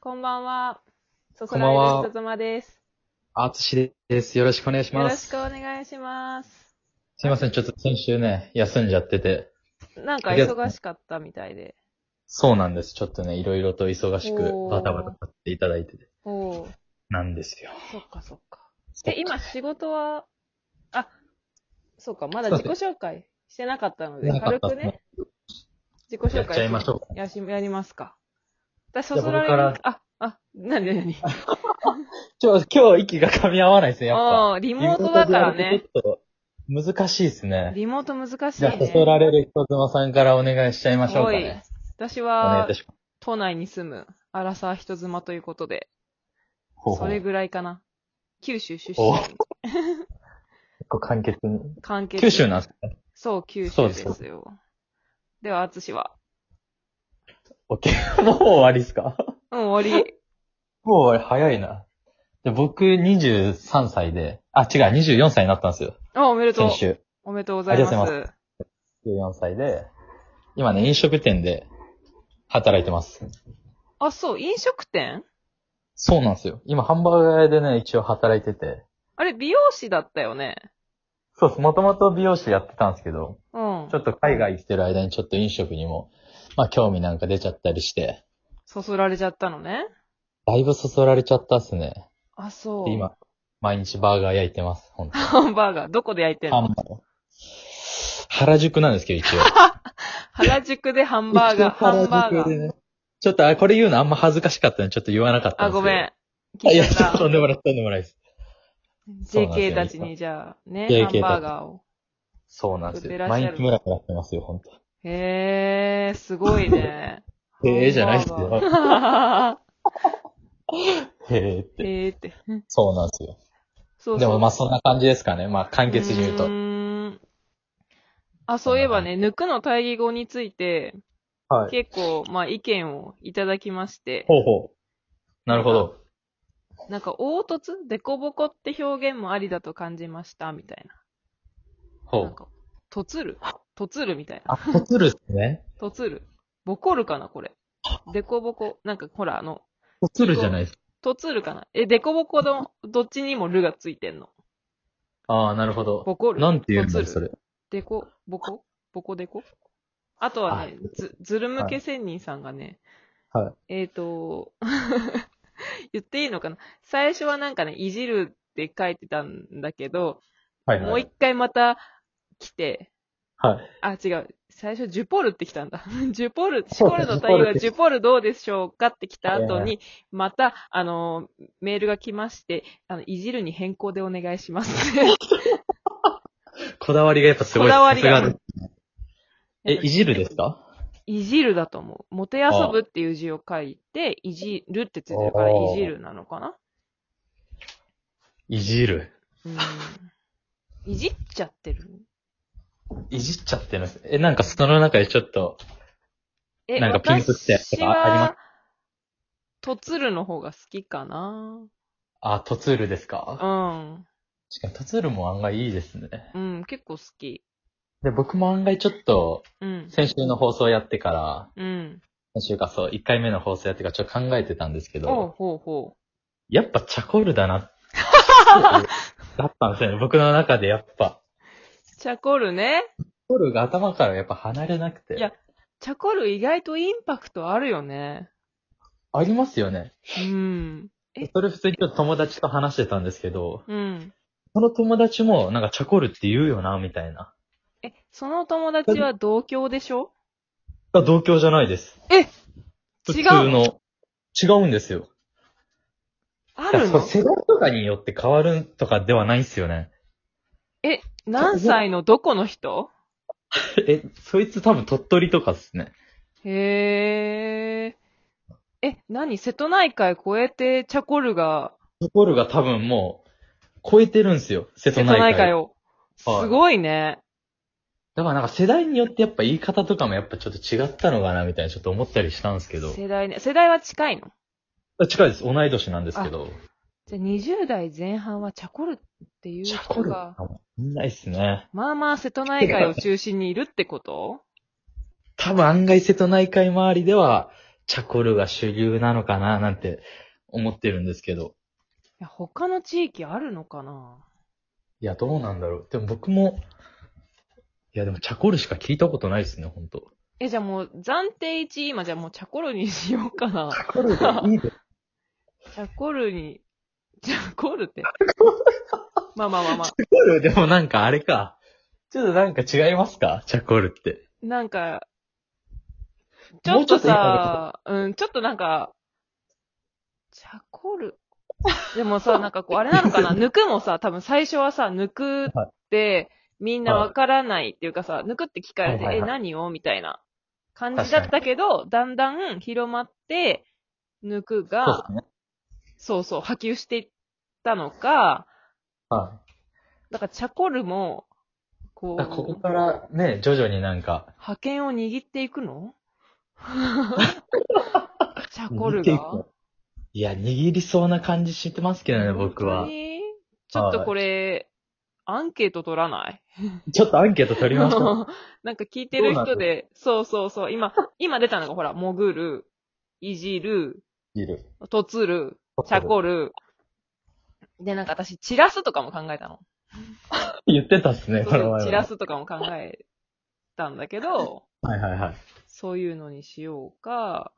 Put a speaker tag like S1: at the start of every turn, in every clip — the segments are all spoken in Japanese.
S1: こんばんは。そそ
S2: こんば
S1: ら
S2: ん
S1: い
S2: は
S1: の人妻です。
S2: あつしです。よろしくお願いし
S1: よ
S2: ま
S1: ろし
S2: す。
S1: くお願いします。
S2: すいません、ちょっと先週ね、休んじゃってて。
S1: なんか忙しかったみたいで。
S2: そうなんです。ちょっとね、いろいろと忙し
S1: お
S2: く
S1: ー
S2: バタバタさせていただいてて。
S1: おお、
S2: なんですよ。
S1: そっかそっか。え、今仕事は、あ、そうか、まだ自己紹介してなかったので、
S2: なか
S1: 軽
S2: った
S1: くね、自己紹介
S2: やっちゃいましょうか。
S1: やし、やりますか。私、
S2: じゃあ
S1: そそらい
S2: 僕から
S1: の、あ、あ、なになになに
S2: ちょ、今日息が噛み合わないですね、やっぱ。
S1: おーリモートだから
S2: リモートでやる
S1: ね。
S2: とちょっと難しいですね。
S1: リモート難しい
S2: じゃあ、
S1: ね。
S2: そそられる人妻さんからお願いしちゃいましょうか
S1: おい
S2: ね。
S1: 私
S2: お願いい
S1: は
S2: た、します。
S1: 都内に住む、アラサー人妻ということで、
S2: ほうほ。
S1: そうれ
S2: 結
S1: ぐらいかな。九州出
S2: お
S1: 身
S2: う。構簡潔に。
S1: 関係
S2: 九州なんですね。
S1: そう、九州
S2: そう
S1: で
S2: ですす
S1: よ。では、あつしは。
S2: オッケー。もう終わりですか
S1: うん、終わり。
S2: もう終わり、早いな。で僕、23歳で、あ、違う、24歳になったんですよ。
S1: あ、おめでとう
S2: 先。週。
S1: おめでとうございます。
S2: ありがとうご14歳で、今ね、飲食店で働いてます。
S1: あ、そう、飲食店
S2: そうなんですよ。今、ハンバーガー屋でね、一応働いてて。
S1: あれ、美容師だったよね。
S2: そうです。もともと美容師やってたんですけど、
S1: うん
S2: ちょ。っと海外行ってる間にちょっと飲食にも、まあ、興味なんか出ちゃったりして、
S1: そそられちゃったのね。
S2: だいぶそそられちゃったっすね。
S1: あ、そう。
S2: で今、毎日バーガー焼いてます。本当に
S1: ハンバーガー、どこで焼いてん
S2: ハ
S1: の
S2: ンバーガー原宿なんですけど、一応。
S1: 原宿でハンバー ガー、ハンバーガー。
S2: ー。ちょっと、あ、これ言うのあんま恥ずかしかったんで、ちょっと言わなかったん
S1: あ、
S2: ですけど。
S1: ごめん。
S2: あ。い
S1: 聞
S2: や、
S1: い
S2: ちょっととん
S1: た。
S2: でもない、とんでもないです。そうなんです
S1: JK
S2: よ
S1: たちにじゃあ、ね、
S2: JK
S1: ハンバーガーを。
S2: そうなんです
S1: 売ってら
S2: よ。
S1: っしゃ
S2: 毎
S1: る
S2: 日ムラムラしてますよ、ほんと。
S1: へえー、すごい ね。
S2: へえじゃないっす
S1: ハン
S2: よ
S1: バ。ーガー
S2: へえって。
S1: へえって。
S2: そうなんですよ。
S1: そうそう
S2: でもまあそんな感じですかね。まあ簡潔に言う
S1: う
S2: と。
S1: ーんあ、そういえばね、抜くの対義語について、
S2: は。
S1: 結構、まあ、意見をいただきまして、
S2: ほうほう。なるほど。
S1: なんか、凹凸凸凹って表現もありだと感じました、みたい
S2: ほ
S1: な。なん
S2: う。
S1: か、とつるとつるみたいな。
S2: あ、とつるっすね。
S1: とつる。ボコるかな、これ。凸凹。なんか、ほら、あの、
S2: とつるじゃないです。
S1: とつるかな。え、凸凹の、どっちにもるがついてんの。
S2: ああ、なるほど。
S1: ボコる。
S2: なんて言うん
S1: と
S2: だ
S1: つ
S2: ろう、
S1: る
S2: それ。
S1: デコ、ボコボコデコあとはね、ず、ズル向け仙人さんがね、
S2: は
S1: えっ、と、 言っていいのかな最初はなんかね、いじるって書いてたんだけど、
S2: はい
S1: も
S2: は
S1: う一
S2: い。
S1: 回また来て、
S2: はい。
S1: あ、違う。最初、ジュポルって来たんだ。 ジュポル、シ
S2: そう
S1: コ
S2: そう
S1: ルの対応が、ジ
S2: ジ
S1: ュ
S2: ュ
S1: ポルどうでしょうかって来た
S2: は
S1: 後
S2: いは
S1: に、また、あの、メールが来まして、あの、いじるに変更でお願いします。
S2: こだわりがやっぱすごい。
S1: こだわりが
S2: さすですえ、いじるですか
S1: いじるだと思う。もてあそぶっていう字を書いて、いじるってついてるから、
S2: あー
S1: いじるなのかない
S2: じる。
S1: うん。いじっちゃってる。
S2: いじっちゃってるんです。え、なんかその中でちょっと、
S1: え
S2: なんかピンクってやつと
S1: 私
S2: かあります
S1: は、とつるの方が好きかな
S2: あ、とつるです
S1: う
S2: か
S1: ん。
S2: 確かに、とつるも案外いいですね。
S1: うん、結構好き。
S2: で、僕も案外ちょっと、
S1: うん。
S2: 先週の放送やってから、
S1: うん。
S2: 先週かそう、1回目の放送やってからちょっと考えてたんですけ
S1: ほう
S2: ど、
S1: ほうほ
S2: やっぱチャコール だな。だったんですよね。僕の中でやっぱ。
S1: う。チャコルね。
S2: チャコールが頭からやっぱ離れなくて。
S1: いやチャコル意外とインパクトあるよね。
S2: ありますよね。
S1: うん。え
S2: それ普通にちょっと友達と話してたんですけど、
S1: うん。
S2: その友達もなんかチャコールって言うよな、みたいな。
S1: え、その友達は同郷でしょ
S2: あ同郷じゃないです。
S1: え
S2: 普
S1: 違
S2: 通
S1: う
S2: の。違うんですよ。
S1: あ
S2: だから
S1: る
S2: それ
S1: の
S2: 世代とかによって変わるとかではないんですよね。
S1: え、何歳のどこの人
S2: え、そいつ多分鳥取とかっすね。
S1: へえ。え、何瀬戸内海越えてチャコルが
S2: ところが多分もう、超えてるんですよ、瀬戸
S1: 瀬戸
S2: 内海。
S1: 内海を。す
S2: はい
S1: ごいね。
S2: だからなんか世代によってやっぱ言い方とかもやっぱちょっと違ったのかなみたいなちょっと思ったりしたんですけど。
S1: 世代ね。世代は近いの
S2: 近いです。同い年なんですけど。
S1: じゃあ20代前半はチャコルっていう
S2: チ
S1: 人
S2: ャコル
S1: が
S2: か、も。いないっすね。
S1: まあまあ瀬戸内海を中心にいるってこと
S2: 多分案外瀬戸内海周りでは、チャコルが主流なのかななんて思ってるんですけど。
S1: や、他の地域あるのかない
S2: や、どうなんだろう。でも僕も、いや、でもチャコルしか聞いたことないですね、本当
S1: え、じゃあもう、暫定1位、今じゃあもうチャコルにしようかな。
S2: ャコルでいいで
S1: チャコルに、チャコル って。まあまあまあまあ。
S2: でもなんかあれか。ちょっとなんか違いますかチャコルって。
S1: なんか、ちょ
S2: もう
S1: っ
S2: ちょ
S1: と
S2: っといいか
S1: さ、うん、ちょっとなんか、チャコル。でも さ、なんかこう、あれなのかな抜くもさ、多分最初はさ、抜くって、みんなわからないっていうかさ、抜くって聞かれて、
S2: はいはい
S1: え、
S2: はい
S1: 何をみたいな感じだったけど、だんだん広まって、抜く
S2: そう
S1: が
S2: で、すね。
S1: そうそう、波及していったのか、
S2: は
S1: だからチャコルも、こ
S2: い。だからここ
S1: う、
S2: からね、徐々になんか、
S1: 覇権を握っていく のチャコル
S2: 握っていく
S1: が
S2: のいや、握りそうな感じしてますけどね、僕
S1: 本
S2: は
S1: 当。にちょっとこれ、アンケート取らない
S2: ちょっとアンケート取りましょう。
S1: なんか聞いてる人で、そうそうそう、今、今出たのがほら、もぐる、いじる、
S2: いる。
S1: とつる、チャコル。で、なんか私、チラスとかも考えたの。
S2: 言ってたっすね、この前は。
S1: チラスとかも考えたんだけど、
S2: はいはいはい。
S1: そういうのにしようか、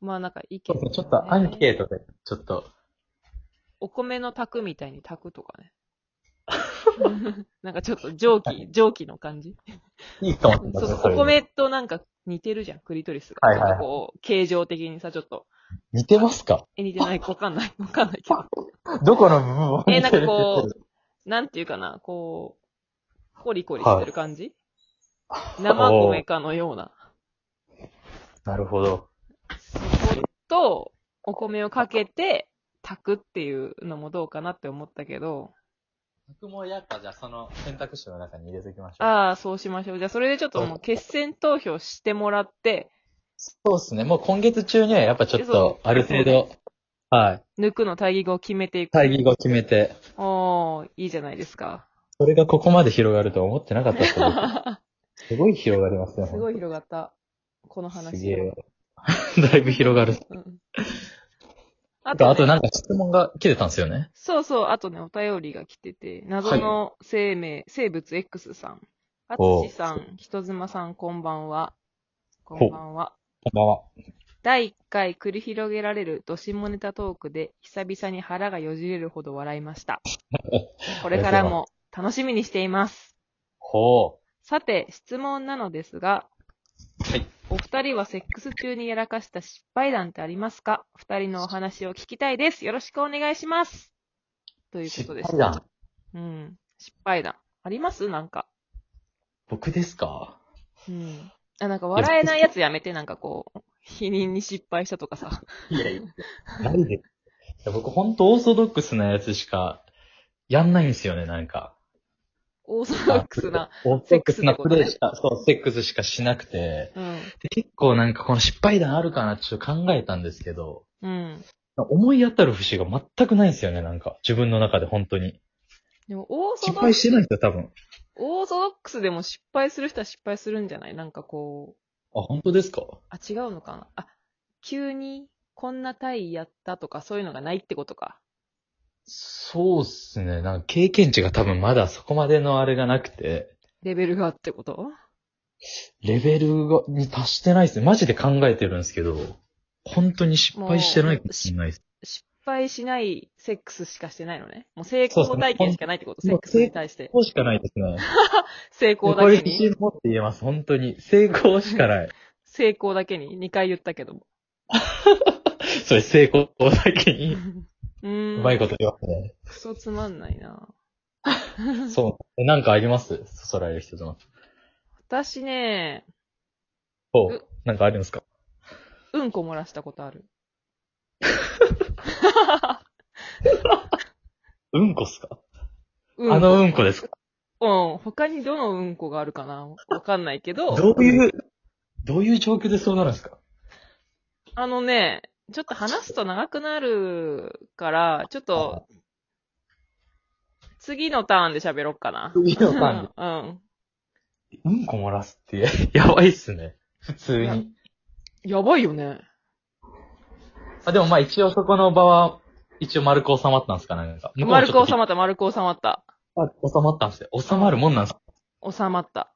S1: まあなんか意
S2: ち
S1: 見、
S2: ょっとアンケートで、ちょっと。
S1: お米の炊くみたいに炊くとか ね。なんかちょっと蒸気、蒸気の感じ。
S2: いいかもしれない
S1: そうそ
S2: ですね
S1: う、
S2: それ
S1: お米となんか似てるじゃん、クリトリスが。
S2: はいはい
S1: ちょっとこう、形状的にさ、ちょっと。
S2: 似てますか
S1: え、似てないわかん ない。わかんないけど。
S2: どこの部分を
S1: え、なんか
S2: 似
S1: こ
S2: てる
S1: う、なんていうかな、こう、コリコリしてる感じ、生
S2: おー
S1: 米かのような。
S2: なるほど。
S1: そこと、お米をかけて炊くっていうのもどうかなって思ったけど、
S2: 僕もやっぱじゃあその選択肢の中に入れときましょう。
S1: ああ、そうしましょう。じゃあそれでちょっともう決選投票してもらって、
S2: そうですね。もう今月中にはやっぱちょっ
S1: そう
S2: と、ある程度、はい。
S1: 抜くの対義語を決めていく。
S2: 会議を決めて、
S1: おー、いいじゃないですか。
S2: それがここまで広がるとは思ってなかったっすよ すごい広がりますね。
S1: すごい
S2: い
S1: 広がった。この話。
S2: すげえ。 だいぶ広がる。
S1: うん
S2: あ
S1: あ
S2: と、
S1: と、
S2: あと
S1: ね、
S2: なんか質問が来てたんですよね。
S1: そうそう、あとね、お便りが来てて、謎の生命、生物 X さん、あ
S2: お
S1: つ
S2: う
S1: しさん、人妻さん、こんばんは。こ
S2: ほ
S1: ん
S2: う
S1: ばんは。
S2: こんばんは。
S1: 第1回繰り広げられるドシモネタトークで、久々に腹がよじれるほど笑いま した。これからも楽しみにしています。
S2: ほ
S1: さて、質問なのですが、
S2: う。はい。
S1: お二人はセックス中にやらかした失敗談ってありますか二人のお話を聞きたいです。よろしくお願いします。ということで
S2: 失
S1: す
S2: 敗。談
S1: うん。失敗談。ありますなんか。
S2: 僕ですか
S1: うん。あ、なんか笑えないやつやめて、なんかこう、否認に失敗したとか さ。
S2: いやいや、ないで。いや僕ほんとオーソドックスなやつしか、やんないんですよね、なんか。
S1: オーソドックスな。。
S2: オーソドックスなプレイしか、そう、セックスしかしなくて。
S1: うん。
S2: で結構なんかこの失敗談あるかなってちょっと考えたんですけど、
S1: うん。
S2: 思い当たる節が全くないんですよね、なんか。自分の中で本当に。
S1: でも、オーソ
S2: 失
S1: ドッ
S2: 敗
S1: クス、
S2: してないんですよ、多分。
S1: オーソドックスでも失敗する人は失敗するんじゃないなんかこう、
S2: あ、本当ですか
S1: あ、違うのかなあ、急にこんな体位やったとかそういうのがないってことか。
S2: そうっすね。なんか経験値が多分まだそこまでのあれがなくて、
S1: レベルがってこと
S2: レベルがに達してないっすね。マジで考えてるんですけど、本当に失敗してないかもしれないです。
S1: 失敗しないセックスしかしてないのね。もう成功体験しかないってこと、
S2: そ
S1: セ
S2: うそ
S1: ッ
S2: う
S1: クスに対して。
S2: こうしかないですね。
S1: 成功だ
S2: これ
S1: け
S2: 自
S1: に。
S2: 信持って言えます、本当に。成功しかない。
S1: 成功だけに。2回言ったけども。
S2: それ成功だけ に、
S1: うー。
S2: うんまいこと言わせね。
S1: クソつまんないな
S2: そう。えなんかありますそそられる人との。
S1: 私ね、
S2: ほ
S1: う
S2: う。なんかありますか
S1: うんこ漏らしたことあ る。
S2: うんこっすか、
S1: うんこ
S2: あのうんこですか
S1: うん。他にどのうんこがあるかなわかんないけど。
S2: どういう、どういう状況でそうなるんですか
S1: あのね、ちょっと話すと長くなるから、ちょっと、次のターンで喋ろっかな。
S2: 次の感
S1: うん。
S2: じ。うんこ漏らすって、やばいっすね。普通に。
S1: やばいよね。
S2: あ、でもまあ一応そこの場は、一応丸く収まったんですかねなんか。向こうも
S1: 丸
S2: ち
S1: く
S2: ょっと
S1: 収まった、丸く収まった。
S2: 収まったんですよ。収まるもんなんですか
S1: 収まった。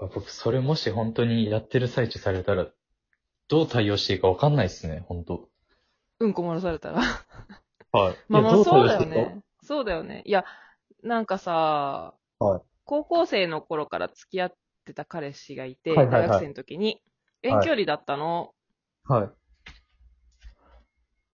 S2: 僕、それもし本当にやってる最中されたら、どう対応していいかわかんないですね、本当
S1: うんこ漏らされたら。
S2: はい。
S1: まあま
S2: いや
S1: あそうだよ。
S2: ど対応していいか
S1: ね。そうだよね。いや、なんかさ、
S2: はい
S1: 高校生の頃から付き合ってた彼氏がいて、
S2: はいはいは
S1: 大
S2: い
S1: 学生の時に、遠距離だったの。
S2: はい。